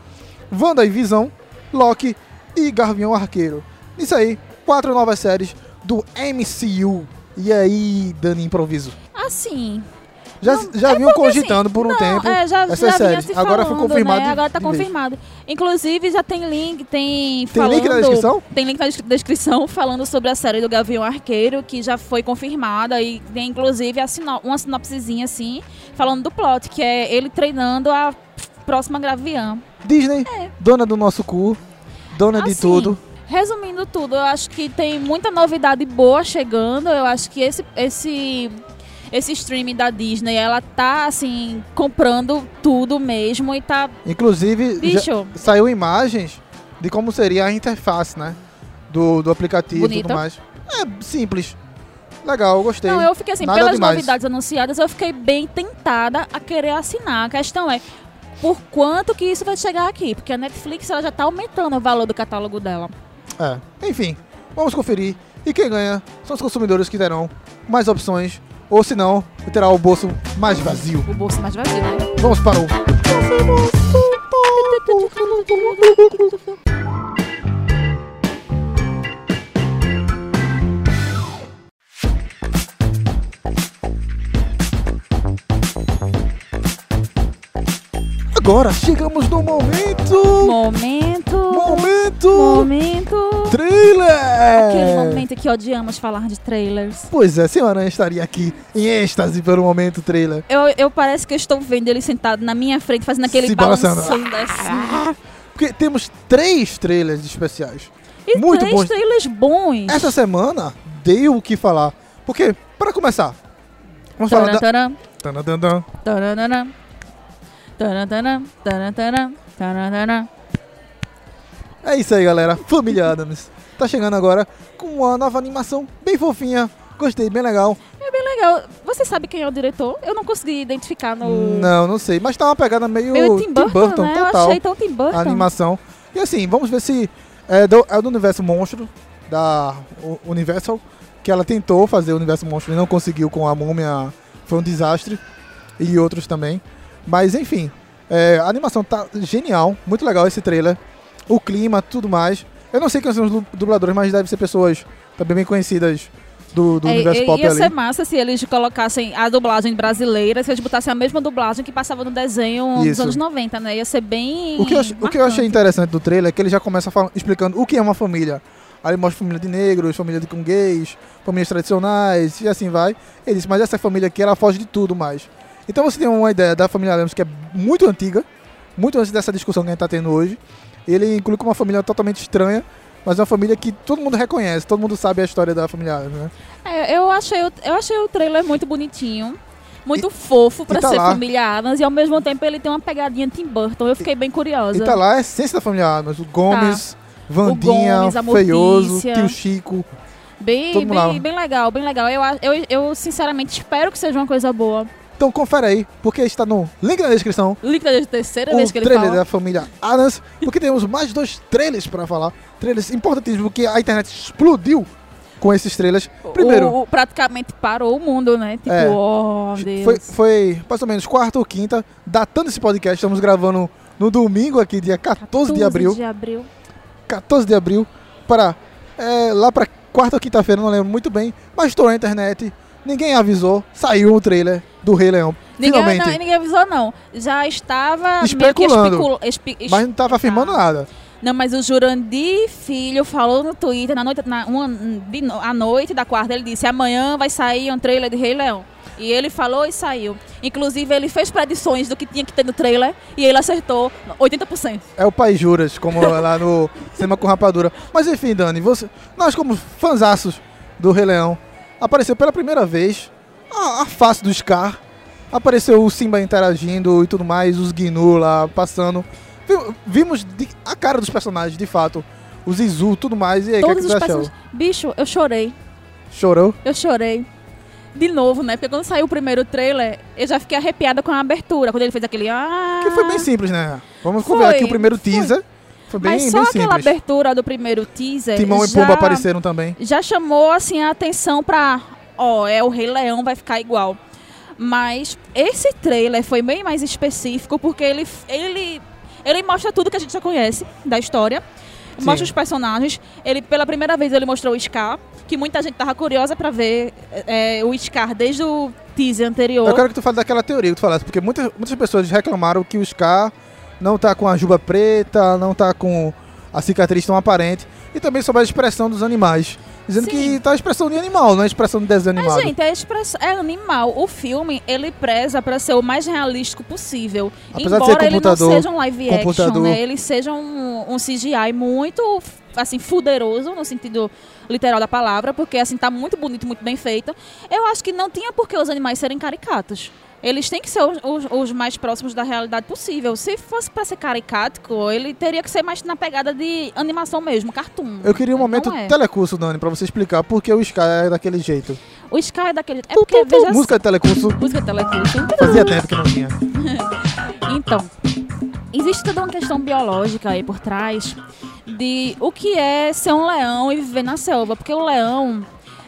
[SPEAKER 2] Wanda e Visão, Loki e Garvião Arqueiro. Isso aí, quatro novas séries do MCU. E aí, Dani Improviso?
[SPEAKER 3] Assim,
[SPEAKER 2] Já,
[SPEAKER 3] Não,
[SPEAKER 2] já
[SPEAKER 3] é
[SPEAKER 2] vinham
[SPEAKER 3] porque, assim,
[SPEAKER 2] cogitando por um
[SPEAKER 3] não,
[SPEAKER 2] tempo
[SPEAKER 3] é, já,
[SPEAKER 2] essas
[SPEAKER 3] já vinha
[SPEAKER 2] séries.
[SPEAKER 3] se
[SPEAKER 2] Agora foi
[SPEAKER 3] falando,
[SPEAKER 2] confirmado
[SPEAKER 3] Né?
[SPEAKER 2] de-
[SPEAKER 3] Agora tá
[SPEAKER 2] de vez.
[SPEAKER 3] confirmado. Inclusive, já tem link, tem,
[SPEAKER 2] Tem link na descrição?
[SPEAKER 3] Tem link na des- descrição falando sobre a série do Gavião Arqueiro, que já foi confirmada. E tem, inclusive, a sino- uma sinopsezinha, assim, falando do plot, que é ele treinando a próxima Gavião.
[SPEAKER 2] Disney, dona do nosso cu, dona né, de
[SPEAKER 3] É. Assim,
[SPEAKER 2] tudo.
[SPEAKER 3] Resumindo tudo, eu acho que tem muita novidade boa chegando. Eu acho que esse, esse, esse streaming da Disney, ela tá assim, comprando tudo mesmo e tá.
[SPEAKER 2] Inclusive, já
[SPEAKER 3] Bicho,
[SPEAKER 2] saiu imagens de como seria a interface, né? Do, do aplicativo e tudo
[SPEAKER 3] Bonita.
[SPEAKER 2] mais. É simples. Legal, gostei.
[SPEAKER 3] não, eu fiquei assim,
[SPEAKER 2] Nada
[SPEAKER 3] pelas
[SPEAKER 2] demais.
[SPEAKER 3] novidades anunciadas, eu fiquei bem tentada a querer assinar. A questão é. Por quanto que isso vai chegar aqui? Porque a Netflix ela já tá aumentando o valor do catálogo dela.
[SPEAKER 2] É. Enfim, vamos conferir. E quem ganha são os consumidores que terão mais opções, ou se não, terá o bolso mais vazio.
[SPEAKER 3] O bolso mais vazio, né?
[SPEAKER 2] Vamos para o. Agora chegamos no momento.
[SPEAKER 3] Momento.
[SPEAKER 2] Momento! É.
[SPEAKER 3] Momento.
[SPEAKER 2] Trailer!
[SPEAKER 3] Aquele momento que odiamos falar de trailers.
[SPEAKER 2] Pois é, senhora Aranha estaria aqui em êxtase pelo momento trailer.
[SPEAKER 3] Eu, eu parece que eu estou vendo ele sentado na minha frente, fazendo aquele
[SPEAKER 2] Se balançando. Ah,
[SPEAKER 3] balançando. assim.
[SPEAKER 2] Porque temos três trailers especiais.
[SPEAKER 3] E
[SPEAKER 2] Muito
[SPEAKER 3] três
[SPEAKER 2] bons.
[SPEAKER 3] trailers bons.
[SPEAKER 2] Essa semana deu o que falar. Porque, para começar, vamos
[SPEAKER 3] Taran,
[SPEAKER 2] falar da.
[SPEAKER 3] taran,
[SPEAKER 2] Tanadandã.
[SPEAKER 3] taran, taran. Taran, taran, taran, taran, taran, taran.
[SPEAKER 2] É isso aí, galera. Família Adams. Tá chegando agora com uma nova animação bem fofinha. Gostei, bem legal.
[SPEAKER 3] É bem legal. Você sabe quem é o diretor? Eu não consegui identificar no.
[SPEAKER 2] Não, não sei. Mas tá uma pegada meio,
[SPEAKER 3] Meio Tim Burton, né? Eu
[SPEAKER 2] total.
[SPEAKER 3] achei tão Tim Burton.
[SPEAKER 2] a animação. E assim, vamos ver se é do, é do universo monstro da U- Universal, que ela tentou fazer o universo monstro e não conseguiu com a múmia, foi um desastre, e outros também. Mas enfim, é, a animação tá genial, muito legal esse trailer, o clima, tudo mais. Eu não sei quem são os du- dubladores, mas devem ser pessoas também bem conhecidas do, do
[SPEAKER 3] É,
[SPEAKER 2] universo
[SPEAKER 3] e-
[SPEAKER 2] pop
[SPEAKER 3] ia
[SPEAKER 2] ali.
[SPEAKER 3] ser massa se eles colocassem a dublagem brasileira, se eles botassem a mesma dublagem que passava no desenho dos
[SPEAKER 2] Isso.
[SPEAKER 3] anos 90, né? Ia ser bem.
[SPEAKER 2] O que, eu, ach- o que eu achei
[SPEAKER 3] marcante.
[SPEAKER 2] interessante do trailer é que ele já começa fal- explicando o que é uma família. Aí ele mostra família de negros, família de com gays, famílias tradicionais e assim vai. Ele disse, mas essa família aqui, ela foge de tudo mais. Então você tem uma ideia da família Adams que é muito antiga, muito antes dessa discussão que a gente tá tendo hoje. Ele inclui como uma família totalmente estranha, mas é uma família que todo mundo reconhece, todo mundo sabe a história da família Adams, né?
[SPEAKER 3] É, eu, achei, o- eu achei o trailer muito bonitinho. Muito fofo pra
[SPEAKER 2] e tá
[SPEAKER 3] ser
[SPEAKER 2] lá.
[SPEAKER 3] família Adams e ao mesmo tempo ele tem uma pegadinha Tim Burton. Eu fiquei bem curiosa.
[SPEAKER 2] E tá lá a essência da família Adams, o Gomes,
[SPEAKER 3] Tá. O
[SPEAKER 2] Vandinha,
[SPEAKER 3] Gomes, a
[SPEAKER 2] Feioso,
[SPEAKER 3] Mortícia.
[SPEAKER 2] Tio Chico. todo
[SPEAKER 3] bem,
[SPEAKER 2] mundo lá.
[SPEAKER 3] bem, bem legal, bem legal. Eu, a- eu, eu sinceramente espero que seja uma coisa boa.
[SPEAKER 2] Então confere aí, porque está no link na descrição.
[SPEAKER 3] Link da terceira
[SPEAKER 2] o
[SPEAKER 3] vez que ele
[SPEAKER 2] trailer
[SPEAKER 3] fala.
[SPEAKER 2] da família Adams, porque temos mais dois trailers pra falar. Trailers importantíssimos, porque a internet explodiu com esses trailers. Primeiro,
[SPEAKER 3] O- o- praticamente parou o mundo, né? Tipo,
[SPEAKER 2] É.
[SPEAKER 3] oh, meu Deus.
[SPEAKER 2] foi, foi mais ou menos quarta ou quinta, datando esse podcast, estamos gravando no domingo aqui, dia 14 de abril.
[SPEAKER 3] 12 de abril.
[SPEAKER 2] 14 de abril, para é, lá pra quarta ou quinta-feira, não lembro muito bem, mas estourou a internet, ninguém avisou, saiu o trailer do Rei Leão.
[SPEAKER 3] Ninguém,
[SPEAKER 2] Finalmente.
[SPEAKER 3] não, ninguém avisou, não. Já estava
[SPEAKER 2] Especulando.
[SPEAKER 3] meio que especul... espe-
[SPEAKER 2] mas não tava afirmando
[SPEAKER 3] Ah.
[SPEAKER 2] nada.
[SPEAKER 3] Não, mas o Jurandir Filho falou no Twitter, na noite, na, uma, de no- à noite da quarta, ele disse, amanhã vai sair um trailer de Rei Leão. E ele falou e saiu. Inclusive, ele fez predições do que tinha que ter no trailer e ele acertou 80%.
[SPEAKER 2] É o Pai Juras, como lá no Cinema com Rapadura. Mas enfim, Dani, você, nós como fanzaços do Rei Leão, apareceu pela primeira vez a, a face do Scar. Apareceu o Simba interagindo e tudo mais, os Gnu lá passando. Vi- Vimos de- a cara dos personagens, de fato. Os Izu, tudo mais. E aí, o que, é que
[SPEAKER 3] Todos
[SPEAKER 2] você
[SPEAKER 3] os
[SPEAKER 2] achou?
[SPEAKER 3] personagens... Bicho, eu chorei.
[SPEAKER 2] Chorou?
[SPEAKER 3] Eu chorei. De novo, né? Porque quando saiu o primeiro trailer, eu já fiquei arrepiada com a abertura. Quando ele fez aquele... Ah...
[SPEAKER 2] Que foi bem simples, né? Vamos
[SPEAKER 3] Foi,
[SPEAKER 2] conversar aqui o primeiro
[SPEAKER 3] foi.
[SPEAKER 2] teaser. Foi bem,
[SPEAKER 3] Mas só
[SPEAKER 2] bem
[SPEAKER 3] aquela
[SPEAKER 2] simples.
[SPEAKER 3] abertura do primeiro teaser.
[SPEAKER 2] Timão e
[SPEAKER 3] já...
[SPEAKER 2] Pumba apareceram também.
[SPEAKER 3] já chamou assim a atenção pra, ó, é o Rei Leão vai ficar igual. Mas esse trailer foi bem mais específico porque ele ele ele mostra tudo que a gente já conhece da história.
[SPEAKER 2] Sim.
[SPEAKER 3] Mostra os personagens. Ele pela primeira vez ele mostrou o Scar, que muita gente tava curiosa pra ver é, é, o Scar desde o teaser anterior.
[SPEAKER 2] Eu quero que tu fale daquela teoria que tu falasse, porque muitas, muitas pessoas reclamaram que o Scar não tá com a juba preta, não tá com a cicatriz tão aparente, e também sobre a expressão dos animais. Dizendo
[SPEAKER 3] Sim.
[SPEAKER 2] que tá a expressão de animal, não a expressão de desenho
[SPEAKER 3] Mas,
[SPEAKER 2] animado.
[SPEAKER 3] gente, é, express- é animal. O filme, ele preza pra ser o mais realístico possível.
[SPEAKER 2] Apesar de ser
[SPEAKER 3] Embora ele não
[SPEAKER 2] computador,
[SPEAKER 3] seja um live action,
[SPEAKER 2] computador.
[SPEAKER 3] né? Ele seja um, um CGI muito assim, fuderoso, no sentido literal da palavra, porque assim, tá muito bonito, muito bem feita. Eu acho que não tinha por que os animais serem caricatos. Eles têm que ser os, os- os mais próximos da realidade possível. Se fosse pra ser caricático, ele teria que ser mais na pegada de animação mesmo, cartoon.
[SPEAKER 2] Eu queria um
[SPEAKER 3] Não
[SPEAKER 2] momento
[SPEAKER 3] é.
[SPEAKER 2] telecurso, Dani, pra você explicar por que o Sky é daquele jeito.
[SPEAKER 3] O Sky é daquele. É porque, veja só.
[SPEAKER 2] Música de telecurso
[SPEAKER 3] Música telecurso.
[SPEAKER 2] fazia tempo que não tinha.
[SPEAKER 3] Então, existe toda uma questão biológica aí por trás de o que é ser um leão e viver na selva, porque o leão,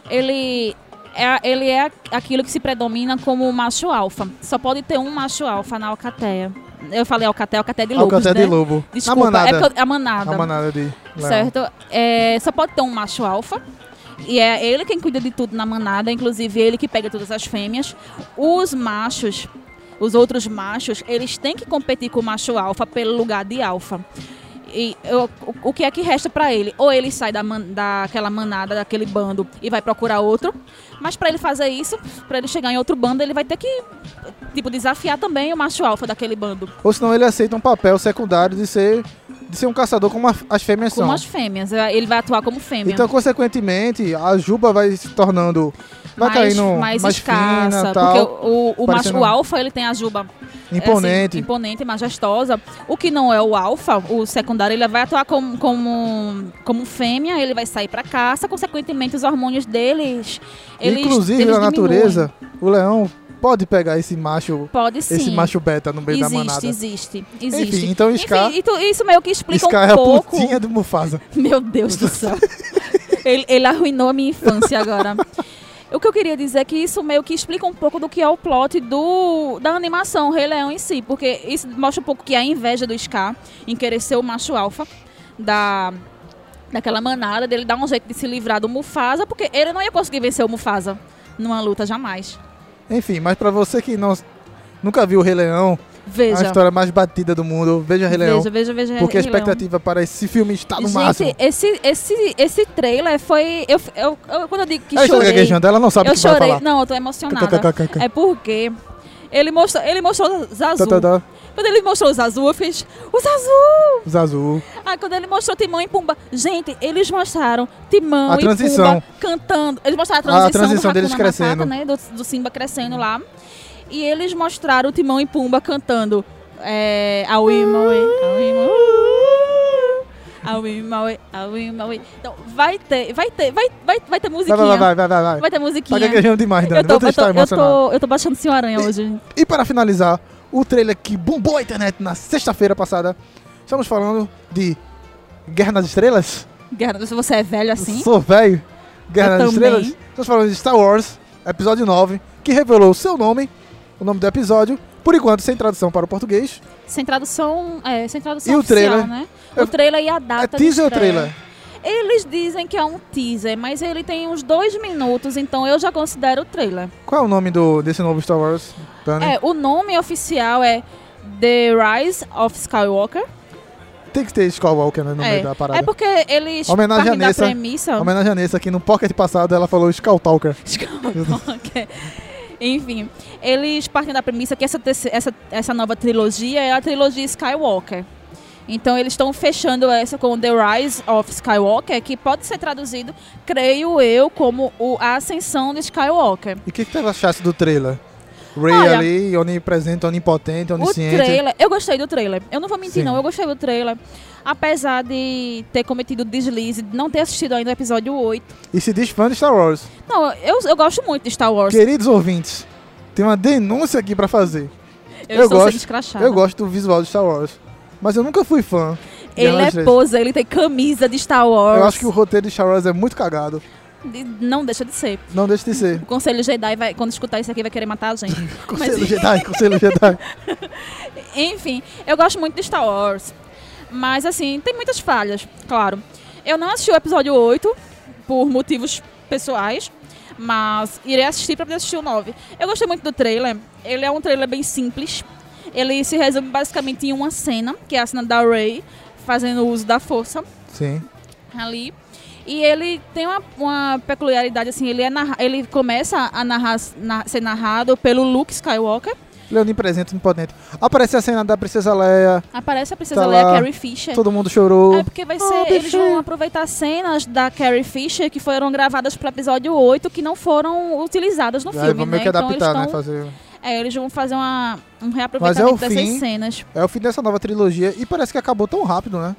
[SPEAKER 3] ele é, ele é aquilo que se predomina como macho alfa. Só pode ter um macho alfa na alcateia. Eu falei alcateia, alcateia de lobos,
[SPEAKER 2] Alcatel de
[SPEAKER 3] né?
[SPEAKER 2] Lobo.
[SPEAKER 3] Desculpa,
[SPEAKER 2] a manada.
[SPEAKER 3] é porque eu- a manada.
[SPEAKER 2] A manada de leão.
[SPEAKER 3] Certo? É, só pode ter um macho alfa. E é ele quem cuida de tudo na manada, inclusive ele que pega todas as fêmeas. Os machos, os outros machos, eles têm que competir com o macho alfa pelo lugar de alfa. E eu- o, o que é que resta pra ele? Ou ele sai da man- daquela manada, daquele bando e vai procurar outro, mas pra ele fazer isso, pra ele chegar em outro bando, ele vai ter que tipo desafiar também o macho alfa daquele bando,
[SPEAKER 2] Ou senão ele aceita um papel secundário de ser, de ser um caçador como a- as fêmeas
[SPEAKER 3] como
[SPEAKER 2] são.
[SPEAKER 3] as fêmeas. Ele vai atuar como fêmea.
[SPEAKER 2] Então, consequentemente, a juba vai se tornando. Vai caindo mais, fina tal.
[SPEAKER 3] porque o, o
[SPEAKER 2] parecendo- um
[SPEAKER 3] macho alfa ele tem a juba é,
[SPEAKER 2] Imponente.
[SPEAKER 3] assim, imponente, majestosa. O que não é o alfa, o secundário, ele vai atuar como, como, como fêmea, ele vai sair pra caça, consequentemente os hormônios deles. Eles,
[SPEAKER 2] Inclusive,
[SPEAKER 3] eles
[SPEAKER 2] na
[SPEAKER 3] diminuem.
[SPEAKER 2] natureza, o leão pode pegar esse macho,
[SPEAKER 3] Pode sim.
[SPEAKER 2] esse macho beta no meio
[SPEAKER 3] existe,
[SPEAKER 2] da manada.
[SPEAKER 3] existe, existe.
[SPEAKER 2] Enfim, então o Scar-
[SPEAKER 3] Enfim, então isso meio que explica
[SPEAKER 2] Scar
[SPEAKER 3] um
[SPEAKER 2] é a
[SPEAKER 3] pouco.
[SPEAKER 2] putinha do Mufasa.
[SPEAKER 3] Meu Deus do céu. ele, ele arruinou a minha infância agora. O que eu queria dizer é que isso meio que explica um pouco do que é o plot do, da animação Rei Leão em si, porque isso mostra um pouco que a inveja do Scar em querer ser o macho alfa da, daquela manada, dele dar um jeito de se livrar do Mufasa, porque ele não ia conseguir vencer o Mufasa numa luta jamais.
[SPEAKER 2] Enfim, mas pra você que não, nunca viu o Rei Leão, a
[SPEAKER 3] Veja.
[SPEAKER 2] história mais batida do mundo, veja Rei Leão.
[SPEAKER 3] Veja, veja, veja.
[SPEAKER 2] Porque a
[SPEAKER 3] Rei Leão.
[SPEAKER 2] expectativa para esse filme está no
[SPEAKER 3] Gente,
[SPEAKER 2] máximo.
[SPEAKER 3] esse, esse, esse trailer foi. Eu, eu, eu- quando eu digo que
[SPEAKER 2] Ela está
[SPEAKER 3] chorei.
[SPEAKER 2] É gaguejando, ela não sabe o
[SPEAKER 3] eu
[SPEAKER 2] que vai
[SPEAKER 3] chorei.
[SPEAKER 2] falar.
[SPEAKER 3] Não, eu tô emocionada.
[SPEAKER 2] Kkkk.
[SPEAKER 3] É porque ele mostrou, ele mostrou Zazu.
[SPEAKER 2] Tá, tá, tá.
[SPEAKER 3] Quando ele mostrou Zazu, eu fiz, o Zazu!
[SPEAKER 2] Zazu.
[SPEAKER 3] Aí quando ele mostrou Timão e Pumba, gente, eles mostraram Timão
[SPEAKER 2] A
[SPEAKER 3] e
[SPEAKER 2] transição.
[SPEAKER 3] Pumba cantando. Eles mostraram a
[SPEAKER 2] Ah,
[SPEAKER 3] transição,
[SPEAKER 2] a transição
[SPEAKER 3] do
[SPEAKER 2] deles
[SPEAKER 3] Hakuna Matata,
[SPEAKER 2] crescendo.
[SPEAKER 3] né, do, do Simba crescendo lá. E eles mostraram Timão e Pumba cantando é, Aui Maui, Aui Maui. Aui Maui, Aui Maui. Então, vai ter, vai ter, vai, vai, vai ter musiquinha.
[SPEAKER 2] Vai, vai, vai, vai, vai, vai.
[SPEAKER 3] Vai ter
[SPEAKER 2] Tá
[SPEAKER 3] musiquinha.
[SPEAKER 2] gaguejando demais, Dani.
[SPEAKER 3] Eu tô,
[SPEAKER 2] Você
[SPEAKER 3] eu, tô,
[SPEAKER 2] está
[SPEAKER 3] eu,
[SPEAKER 2] emocionado.
[SPEAKER 3] tô, eu tô baixando Senhor Aranha hoje.
[SPEAKER 2] E para finalizar, o trailer que bombou a internet na sexta-feira passada. Estamos falando de Guerra nas Estrelas?
[SPEAKER 3] Guerra, se você é velho assim.
[SPEAKER 2] Sou velho. Guerra
[SPEAKER 3] Eu
[SPEAKER 2] nas
[SPEAKER 3] também.
[SPEAKER 2] Estrelas? Estamos falando de Star Wars, episódio 9, que revelou o seu nome, o nome do episódio, por enquanto sem tradução para o português.
[SPEAKER 3] Sem tradução, é, sem tradução
[SPEAKER 2] E o
[SPEAKER 3] oficial,
[SPEAKER 2] trailer?
[SPEAKER 3] né?
[SPEAKER 2] É-
[SPEAKER 3] O trailer e a
[SPEAKER 2] É
[SPEAKER 3] data do
[SPEAKER 2] teaser ou trailer?
[SPEAKER 3] Eles dizem que é um teaser, mas ele tem uns dois minutos, então eu já considero trailer.
[SPEAKER 2] Qual é o nome do, desse novo Star Wars, Dani?
[SPEAKER 3] É, o nome oficial é The Rise of Skywalker.
[SPEAKER 2] Tem que ter Skywalker né, no
[SPEAKER 3] é.
[SPEAKER 2] meio da parada.
[SPEAKER 3] é porque eles
[SPEAKER 2] Homenagem
[SPEAKER 3] partem
[SPEAKER 2] a Nessa.
[SPEAKER 3] da premissa...
[SPEAKER 2] Homenagem a Nessa, que no pocket passado ela falou Skywalker.
[SPEAKER 3] Skywalker. Enfim, eles partem da premissa que essa, terce- essa, essa nova trilogia é a trilogia Skywalker. Então eles estão fechando essa com The Rise of Skywalker, que pode ser traduzido, creio eu, como o A Ascensão de Skywalker.
[SPEAKER 2] E o que, que tu achaste do trailer? Ray
[SPEAKER 3] Olha-
[SPEAKER 2] ali, onipresente, onipotente,
[SPEAKER 3] O
[SPEAKER 2] onisciente.
[SPEAKER 3] trailer, eu gostei do trailer. Eu não vou mentir,
[SPEAKER 2] Sim.
[SPEAKER 3] não, eu gostei do trailer. Apesar de ter cometido deslize, de não ter assistido ainda o episódio 8.
[SPEAKER 2] E se diz fã de Star Wars.
[SPEAKER 3] Não, eu, eu gosto muito de Star Wars.
[SPEAKER 2] Queridos ouvintes, tem uma denúncia aqui pra fazer. eu
[SPEAKER 3] estou
[SPEAKER 2] gosto,
[SPEAKER 3] sendo escrachada.
[SPEAKER 2] Eu gosto do visual de Star Wars, mas eu nunca fui fã. de
[SPEAKER 3] Ele
[SPEAKER 2] Guerra
[SPEAKER 3] é
[SPEAKER 2] nas Estrelas.
[SPEAKER 3] pose, ele tem camisa de Star Wars.
[SPEAKER 2] Eu acho que o roteiro de Star Wars é muito cagado.
[SPEAKER 3] De- Não deixa de ser.
[SPEAKER 2] Não deixa de ser.
[SPEAKER 3] O Conselho Jedi, vai, quando escutar isso aqui, vai querer matar a gente.
[SPEAKER 2] Conselho Jedi, Conselho Jedi.
[SPEAKER 3] Enfim, eu gosto muito de Star Wars. Mas, assim, tem muitas falhas, claro. Eu não assisti o episódio 8, por motivos pessoais. Mas irei assistir pra poder assistir o 9. Eu gostei muito do trailer. Ele é um trailer bem simples. Ele se resume basicamente em uma cena, que é a cena da Rey fazendo uso da força.
[SPEAKER 2] Sim.
[SPEAKER 3] ali. E ele tem uma, uma peculiaridade, assim, ele, é narra- ele começa a narrar, na- ser narrado pelo Luke Skywalker,
[SPEAKER 2] Leonin presente, impotente. Aparece a cena da Princesa Leia,
[SPEAKER 3] Aparece a Princesa
[SPEAKER 2] Tá
[SPEAKER 3] Leia,
[SPEAKER 2] lá.
[SPEAKER 3] Carrie Fisher.
[SPEAKER 2] todo mundo chorou.
[SPEAKER 3] É porque vai ser. eles vão aproveitar cenas da Carrie Fisher que foram gravadas pro episódio 8 que não foram utilizadas no
[SPEAKER 2] Aí
[SPEAKER 3] filme,
[SPEAKER 2] vamos
[SPEAKER 3] né?
[SPEAKER 2] É, meio que adaptar,
[SPEAKER 3] então eles,
[SPEAKER 2] né?
[SPEAKER 3] tão-
[SPEAKER 2] Fazer...
[SPEAKER 3] é, eles vão fazer uma, um reaproveitamento
[SPEAKER 2] Mas é o
[SPEAKER 3] dessas
[SPEAKER 2] fim.
[SPEAKER 3] cenas.
[SPEAKER 2] É o fim dessa nova trilogia e parece que acabou tão rápido, né?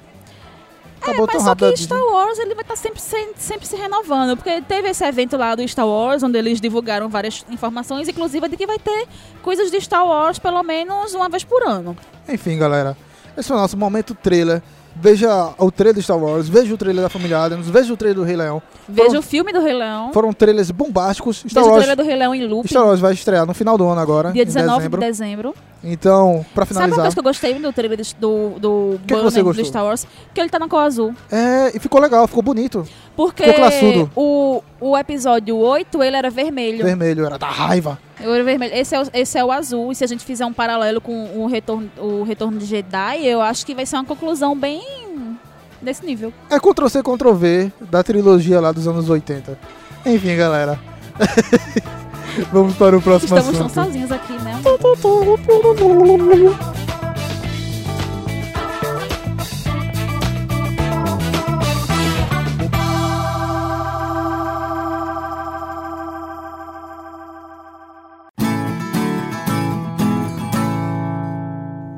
[SPEAKER 3] É,
[SPEAKER 2] Acabou
[SPEAKER 3] Mas
[SPEAKER 2] tão
[SPEAKER 3] só
[SPEAKER 2] rápido. a
[SPEAKER 3] que
[SPEAKER 2] Disney.
[SPEAKER 3] Star Wars ele vai estar sempre, se- sempre se renovando, porque teve esse evento lá do Star Wars, onde eles divulgaram várias informações, inclusive de que vai ter coisas de Star Wars pelo menos uma vez por ano.
[SPEAKER 2] Enfim, galera. Esse é o nosso momento trailer. Veja o trailer de Star Wars, veja o trailer da Família Adams, veja o trailer do Rei Leão.
[SPEAKER 3] Veja
[SPEAKER 2] Foram-
[SPEAKER 3] o filme do Rei Leão,
[SPEAKER 2] Foram trailers bombásticos. um Star
[SPEAKER 3] veja o
[SPEAKER 2] Wars,
[SPEAKER 3] trailer do Rei Leão em loop,
[SPEAKER 2] Star Wars vai estrear no final do ano agora,
[SPEAKER 3] dia
[SPEAKER 2] em
[SPEAKER 3] 19
[SPEAKER 2] dezembro.
[SPEAKER 3] de dezembro.
[SPEAKER 2] Então, pra
[SPEAKER 3] Sabe uma
[SPEAKER 2] finalizar,
[SPEAKER 3] coisa que eu gostei do trailer de- do, do
[SPEAKER 2] que
[SPEAKER 3] banner
[SPEAKER 2] você gostou?
[SPEAKER 3] do Star Wars? Que ele tá na cor azul.
[SPEAKER 2] é, e ficou legal, ficou bonito.
[SPEAKER 3] Porque
[SPEAKER 2] Ficou classudo.
[SPEAKER 3] o, o episódio 8, ele era vermelho.
[SPEAKER 2] Vermelho, era da raiva.
[SPEAKER 3] Eu era vermelho. Esse, é o, esse é o azul. E se a gente fizer um paralelo com o retorno, o retorno de Jedi, eu acho que vai ser uma conclusão bem nesse nível.
[SPEAKER 2] É Ctrl C Ctrl V da trilogia lá dos anos 80. Enfim, galera. Vamos para o próximo
[SPEAKER 3] Estamos tão
[SPEAKER 2] assunto.
[SPEAKER 3] sozinhos aqui, né?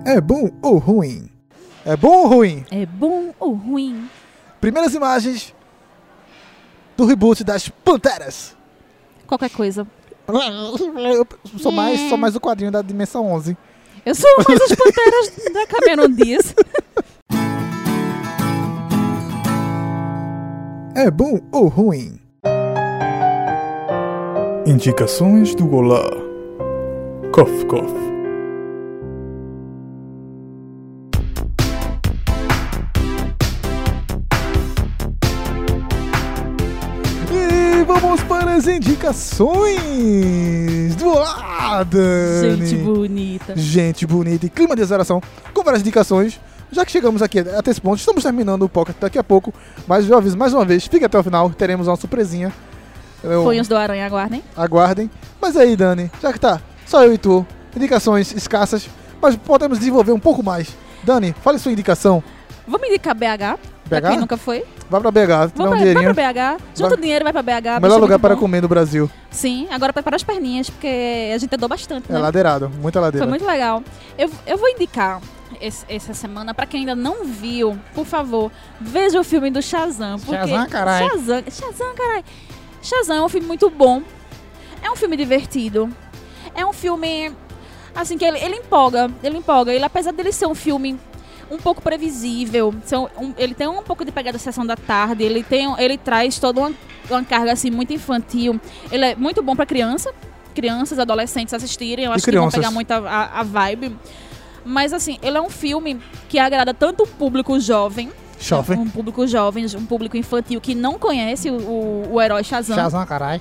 [SPEAKER 1] É bom ou ruim?
[SPEAKER 2] É bom ou ruim?
[SPEAKER 3] É bom ou ruim?
[SPEAKER 2] Primeiras imagens do reboot das Panteras.
[SPEAKER 3] Qualquer coisa.
[SPEAKER 2] Eu sou mais, sou mais o quadrinho da Dimensão 11.
[SPEAKER 3] Eu sou mais as panteras da Cameron Diaz.
[SPEAKER 1] É bom ou ruim? Indicações do Olá. Cof, cof.
[SPEAKER 2] E vamos para as indicações do Olá, Dani.
[SPEAKER 3] Gente bonita.
[SPEAKER 2] Gente bonita e clima de exaração com várias indicações. Já que chegamos aqui até esse ponto, estamos terminando o Pocket daqui a pouco, mas eu aviso mais uma vez, fique até o final, teremos uma surpresinha. Eu-
[SPEAKER 3] Punhos do Aranha, aguardem.
[SPEAKER 2] Aguardem. Mas aí, Dani, já que tá só eu e tu, indicações escassas, mas podemos desenvolver um pouco mais. Dani, fale sua indicação.
[SPEAKER 3] Vamos indicar BH, pra
[SPEAKER 2] BH?
[SPEAKER 3] quem nunca foi.
[SPEAKER 2] Vai pra BH, dá um
[SPEAKER 3] Vamos pra,
[SPEAKER 2] dinheirinho.
[SPEAKER 3] vai pra BH, junta
[SPEAKER 2] Vai-
[SPEAKER 3] o dinheiro e vai pra BH.
[SPEAKER 2] O melhor
[SPEAKER 3] bicho, é
[SPEAKER 2] lugar
[SPEAKER 3] muito
[SPEAKER 2] para
[SPEAKER 3] bom.
[SPEAKER 2] comer no Brasil.
[SPEAKER 3] Sim, agora prepara as perninhas, porque a gente andou bastante,
[SPEAKER 2] É
[SPEAKER 3] né?
[SPEAKER 2] ladeirado, muita ladeira.
[SPEAKER 3] Foi muito legal. Eu, eu vou indicar esse- essa semana, pra quem ainda não viu, por favor, veja o filme do Shazam. Porque
[SPEAKER 2] Shazam, carai.
[SPEAKER 3] Shazam, Shazam, carai. Shazam é um filme muito bom. É um filme divertido. É um filme, assim, que ele, ele empolga. Ele empolga. Ele, apesar dele ser um filme um pouco previsível, ser um- um- ele tem um pouco de pegada da sessão da tarde, ele, tem, um, ele traz toda uma, uma carga, assim, muito infantil. Ele é muito bom pra criança. Crianças, adolescentes assistirem. Eu
[SPEAKER 2] E
[SPEAKER 3] acho que vão
[SPEAKER 2] crianças.
[SPEAKER 3] pegar muito a- a- a vibe. Mas assim, ele é um filme que agrada tanto o público jovem,
[SPEAKER 2] Shopping.
[SPEAKER 3] um público jovem, um público infantil que não conhece o, o, o herói Shazam,
[SPEAKER 2] Shazam, caralho.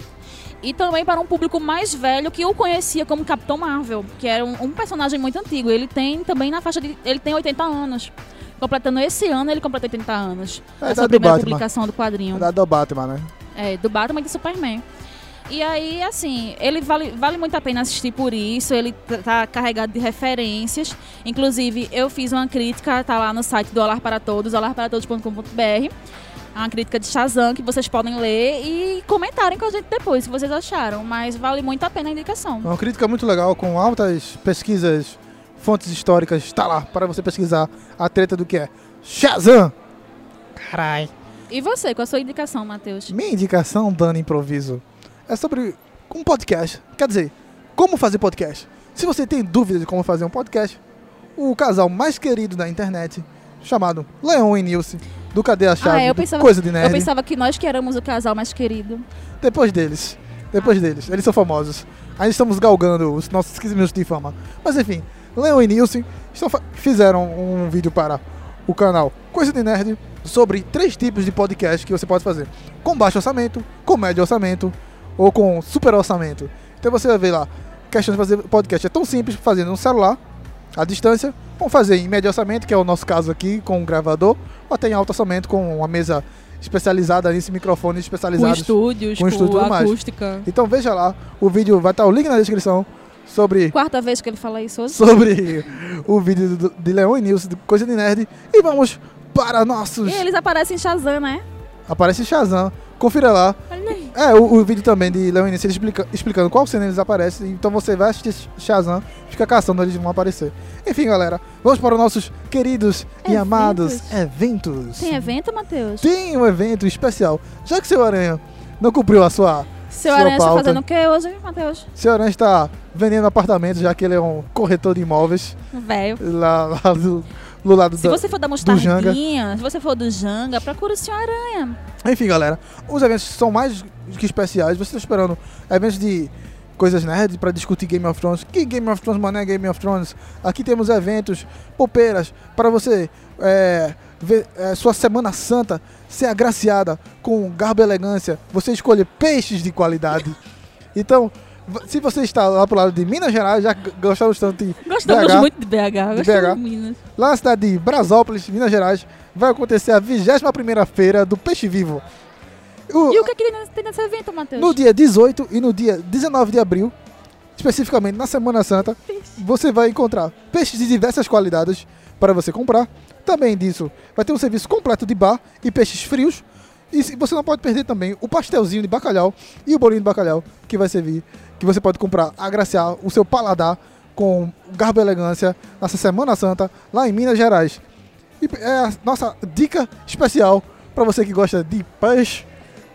[SPEAKER 3] e também para um público mais velho que o conhecia como Capitão Marvel, que era um, um personagem muito antigo. Ele tem também na faixa de. Ele tem 80 anos. Completando esse ano, ele completa 80 anos.
[SPEAKER 2] É a
[SPEAKER 3] Essa
[SPEAKER 2] idade
[SPEAKER 3] é a
[SPEAKER 2] do
[SPEAKER 3] primeira
[SPEAKER 2] Batman.
[SPEAKER 3] publicação do quadrinho.
[SPEAKER 2] A idade do Batman, né?
[SPEAKER 3] É, do Batman e do Superman. E aí, assim, ele vale, vale muito a pena assistir por isso, ele tá- tá carregado de referências. Inclusive, eu fiz uma crítica, tá lá no site do Olar para Todos, olarparatodos.com.br. É Uma crítica de Shazam que vocês podem ler e comentarem com a gente depois, se vocês acharam. Mas vale muito a pena a indicação.
[SPEAKER 2] É Uma crítica muito legal, com altas pesquisas, fontes históricas, está lá para você pesquisar a treta do que é Shazam! Carai.
[SPEAKER 3] E você, com a sua indicação, Matheus?
[SPEAKER 2] Minha indicação, Dani Improviso, é sobre um podcast. Quer dizer, como fazer podcast. Se você tem dúvida de como fazer um podcast, o casal mais querido da internet, chamado Leon e Nilce, do Cadê a Chave?
[SPEAKER 3] Ah, eu
[SPEAKER 2] do
[SPEAKER 3] pensava-
[SPEAKER 2] Coisa de
[SPEAKER 3] Eu
[SPEAKER 2] Nerd.
[SPEAKER 3] pensava que nós que éramos o casal mais querido.
[SPEAKER 2] Depois deles. Depois deles. Eles são famosos. Ainda estamos galgando os nossos 15 minutos de fama. Mas enfim, Leon e Nilson estão fa- fizeram um vídeo para o canal Coisa de Nerd sobre três tipos de podcast que você pode fazer. Com baixo orçamento, com médio orçamento ou com super orçamento. Então você vai ver lá, questão de fazer podcast é tão simples, fazendo um celular, à distância, vamos fazer em médio orçamento, que é o nosso caso aqui, com um gravador, ou até em alto orçamento, com uma mesa especializada nisso, microfones especializados.
[SPEAKER 3] estúdios,
[SPEAKER 2] Com estúdio, tudo mais.
[SPEAKER 3] acústica.
[SPEAKER 2] Então veja lá, o vídeo vai estar o link na descrição sobre,
[SPEAKER 3] Quarta vez que ele fala isso hoje.
[SPEAKER 2] sobre o vídeo do- de Leon e Nilson, de Coisa de Nerd. E vamos para nossos.
[SPEAKER 3] E eles aparecem em Shazam, né?
[SPEAKER 2] Aparece Shazam. Confira lá.
[SPEAKER 3] Olha aí.
[SPEAKER 2] É, o, o vídeo também de Leon e Nilson eles explica- explicando qual cena eles aparecem. Então você vai assistir Shazam, fica caçando, eles vão aparecer. Enfim, galera, vamos para os nossos queridos e
[SPEAKER 3] Eventos.
[SPEAKER 2] amados eventos.
[SPEAKER 3] Tem evento, Matheus?
[SPEAKER 2] Tem um evento especial. Já que seu Aranha não cumpriu a sua
[SPEAKER 3] Seu
[SPEAKER 2] Sua
[SPEAKER 3] Aranha está
[SPEAKER 2] pauta.
[SPEAKER 3] fazendo o que hoje, Matheus?
[SPEAKER 2] Seu Aranha está vendendo apartamento, já que ele é um corretor de imóveis
[SPEAKER 3] Velho.
[SPEAKER 2] lá, lá do, do lado
[SPEAKER 3] Se
[SPEAKER 2] da-
[SPEAKER 3] você for da
[SPEAKER 2] Janga.
[SPEAKER 3] mostardinha, se você for do Janga, procura o Senhor Aranha.
[SPEAKER 2] Enfim, galera, os eventos são mais que especiais. Você está esperando eventos de coisas nerd para discutir Game of Thrones. Que Game of Thrones, mané Game of Thrones? Aqui temos eventos, popeiras, para você é, ver é, sua Semana Santa ser agraciada com garbo e elegância. Você escolher peixes de qualidade. Então, v- se você está lá pro lado de Minas Gerais, já g- gostamos tanto de
[SPEAKER 3] Gostamos
[SPEAKER 2] BH.
[SPEAKER 3] muito de BH. Gostamos
[SPEAKER 2] BH.
[SPEAKER 3] de Minas.
[SPEAKER 2] Lá na cidade de Brasópolis, Minas Gerais, vai acontecer a 21ª Feira do Peixe Vivo. O-
[SPEAKER 3] E o que, é que tem nesse- tem nesse evento, Matheus?
[SPEAKER 2] no dia 18 e no dia 19 de abril, especificamente na Semana Santa, você vai encontrar peixes de diversas qualidades para você comprar. Também disso, vai ter um serviço completo de bar e peixes frios. E se- você não pode perder também o pastelzinho de bacalhau e o bolinho de bacalhau que vai servir, que você pode comprar, agraciar o seu paladar com garbo e elegância nessa Semana Santa lá em Minas Gerais. E é a nossa dica especial para você que gosta de peixe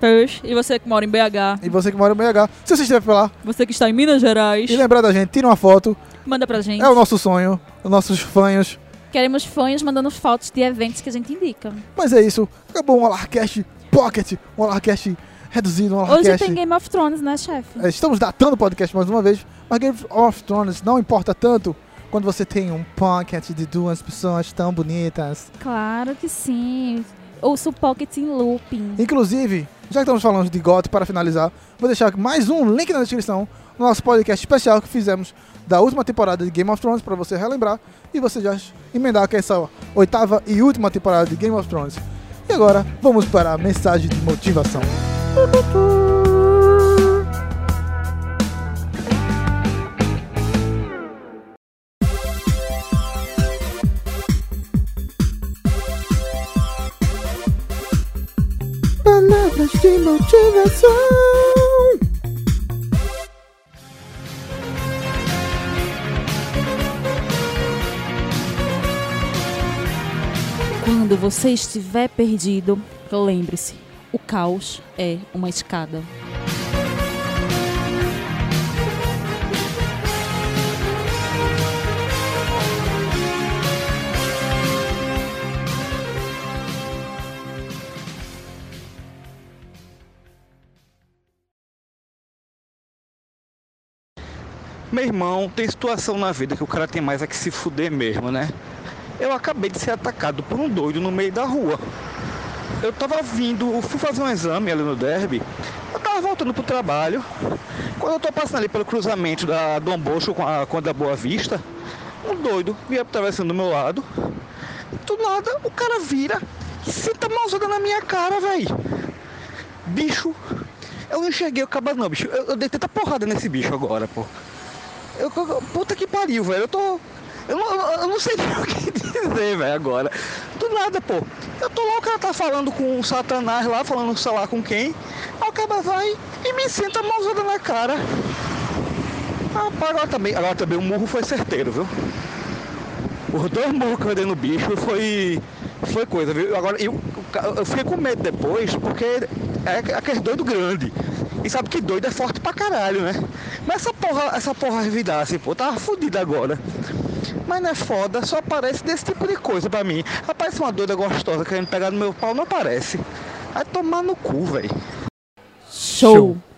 [SPEAKER 3] Peixe. E você que mora em BH,
[SPEAKER 2] e você que mora em BH. Se você estiver por lá,
[SPEAKER 3] você que está em Minas Gerais,
[SPEAKER 2] e lembrar da gente, tira uma foto.
[SPEAKER 3] manda pra gente.
[SPEAKER 2] É o nosso sonho, os nossos fanhos.
[SPEAKER 3] Queremos fãs mandando fotos de eventos que a gente indica.
[SPEAKER 2] Mas é isso. Acabou um Alarcast Pocket, um Alarcast reduzido, um
[SPEAKER 3] Hoje
[SPEAKER 2] Alarcast.
[SPEAKER 3] tem Game of Thrones, né, chefe?
[SPEAKER 2] É, Estamos datando o podcast mais uma vez, mas Game of Thrones não importa tanto quando você tem um pocket de duas pessoas tão bonitas.
[SPEAKER 3] Claro que sim. Ouça o Pocket em Looping.
[SPEAKER 2] Inclusive, já que estamos falando de GOT para finalizar, vou deixar mais um link na descrição no nosso podcast especial que fizemos da última temporada de Game of Thrones para você relembrar e você já emendar com essa oitava e última temporada de Game of Thrones. E agora, vamos para a mensagem de motivação. Palavras de motivação.
[SPEAKER 3] Quando você estiver perdido, lembre-se, o caos é uma escada.
[SPEAKER 4] Meu irmão, tem situação na vida que o cara tem mais é que se fuder mesmo, né? Eu acabei de ser atacado por um doido no meio da rua. Eu tava vindo, eu fui fazer um exame ali no derby. Eu tava voltando pro trabalho. Quando eu tô passando ali pelo cruzamento da Dom Bosco com a, com a da Boa Vista, um doido vinha atravessando do meu lado. Do nada, o cara vira e senta a mãozada na minha cara, véi. Bicho, eu não enxerguei o cabra não, bicho. Eu, eu dei tanta porrada nesse bicho agora, pô. Eu, eu- puta que pariu, velho. Eu tô. Eu não, eu- eu não sei nem o que dizer, velho, agora. Do nada, pô. Eu tô lá, o cara tá falando com o Satanás lá, falando sei lá com quem. Aí o cara vai e me senta a mãozada na cara. Ah, pá, agora também, agora também o murro foi certeiro, viu? Os dois murros que eu dei no bicho foi. Foi coisa, viu? Agora, eu, eu fiquei com medo depois, porque é aquele doido grande. E sabe que doido é forte pra caralho, né? Mas essa porra, essa porra revidasse, pô, tava fodida agora. Mas não é foda, só aparece desse tipo de coisa pra mim. Aparece uma doida gostosa querendo pegar no meu pau, não aparece. Vai tomar no cu, velho.
[SPEAKER 3] Show!
[SPEAKER 2] Show.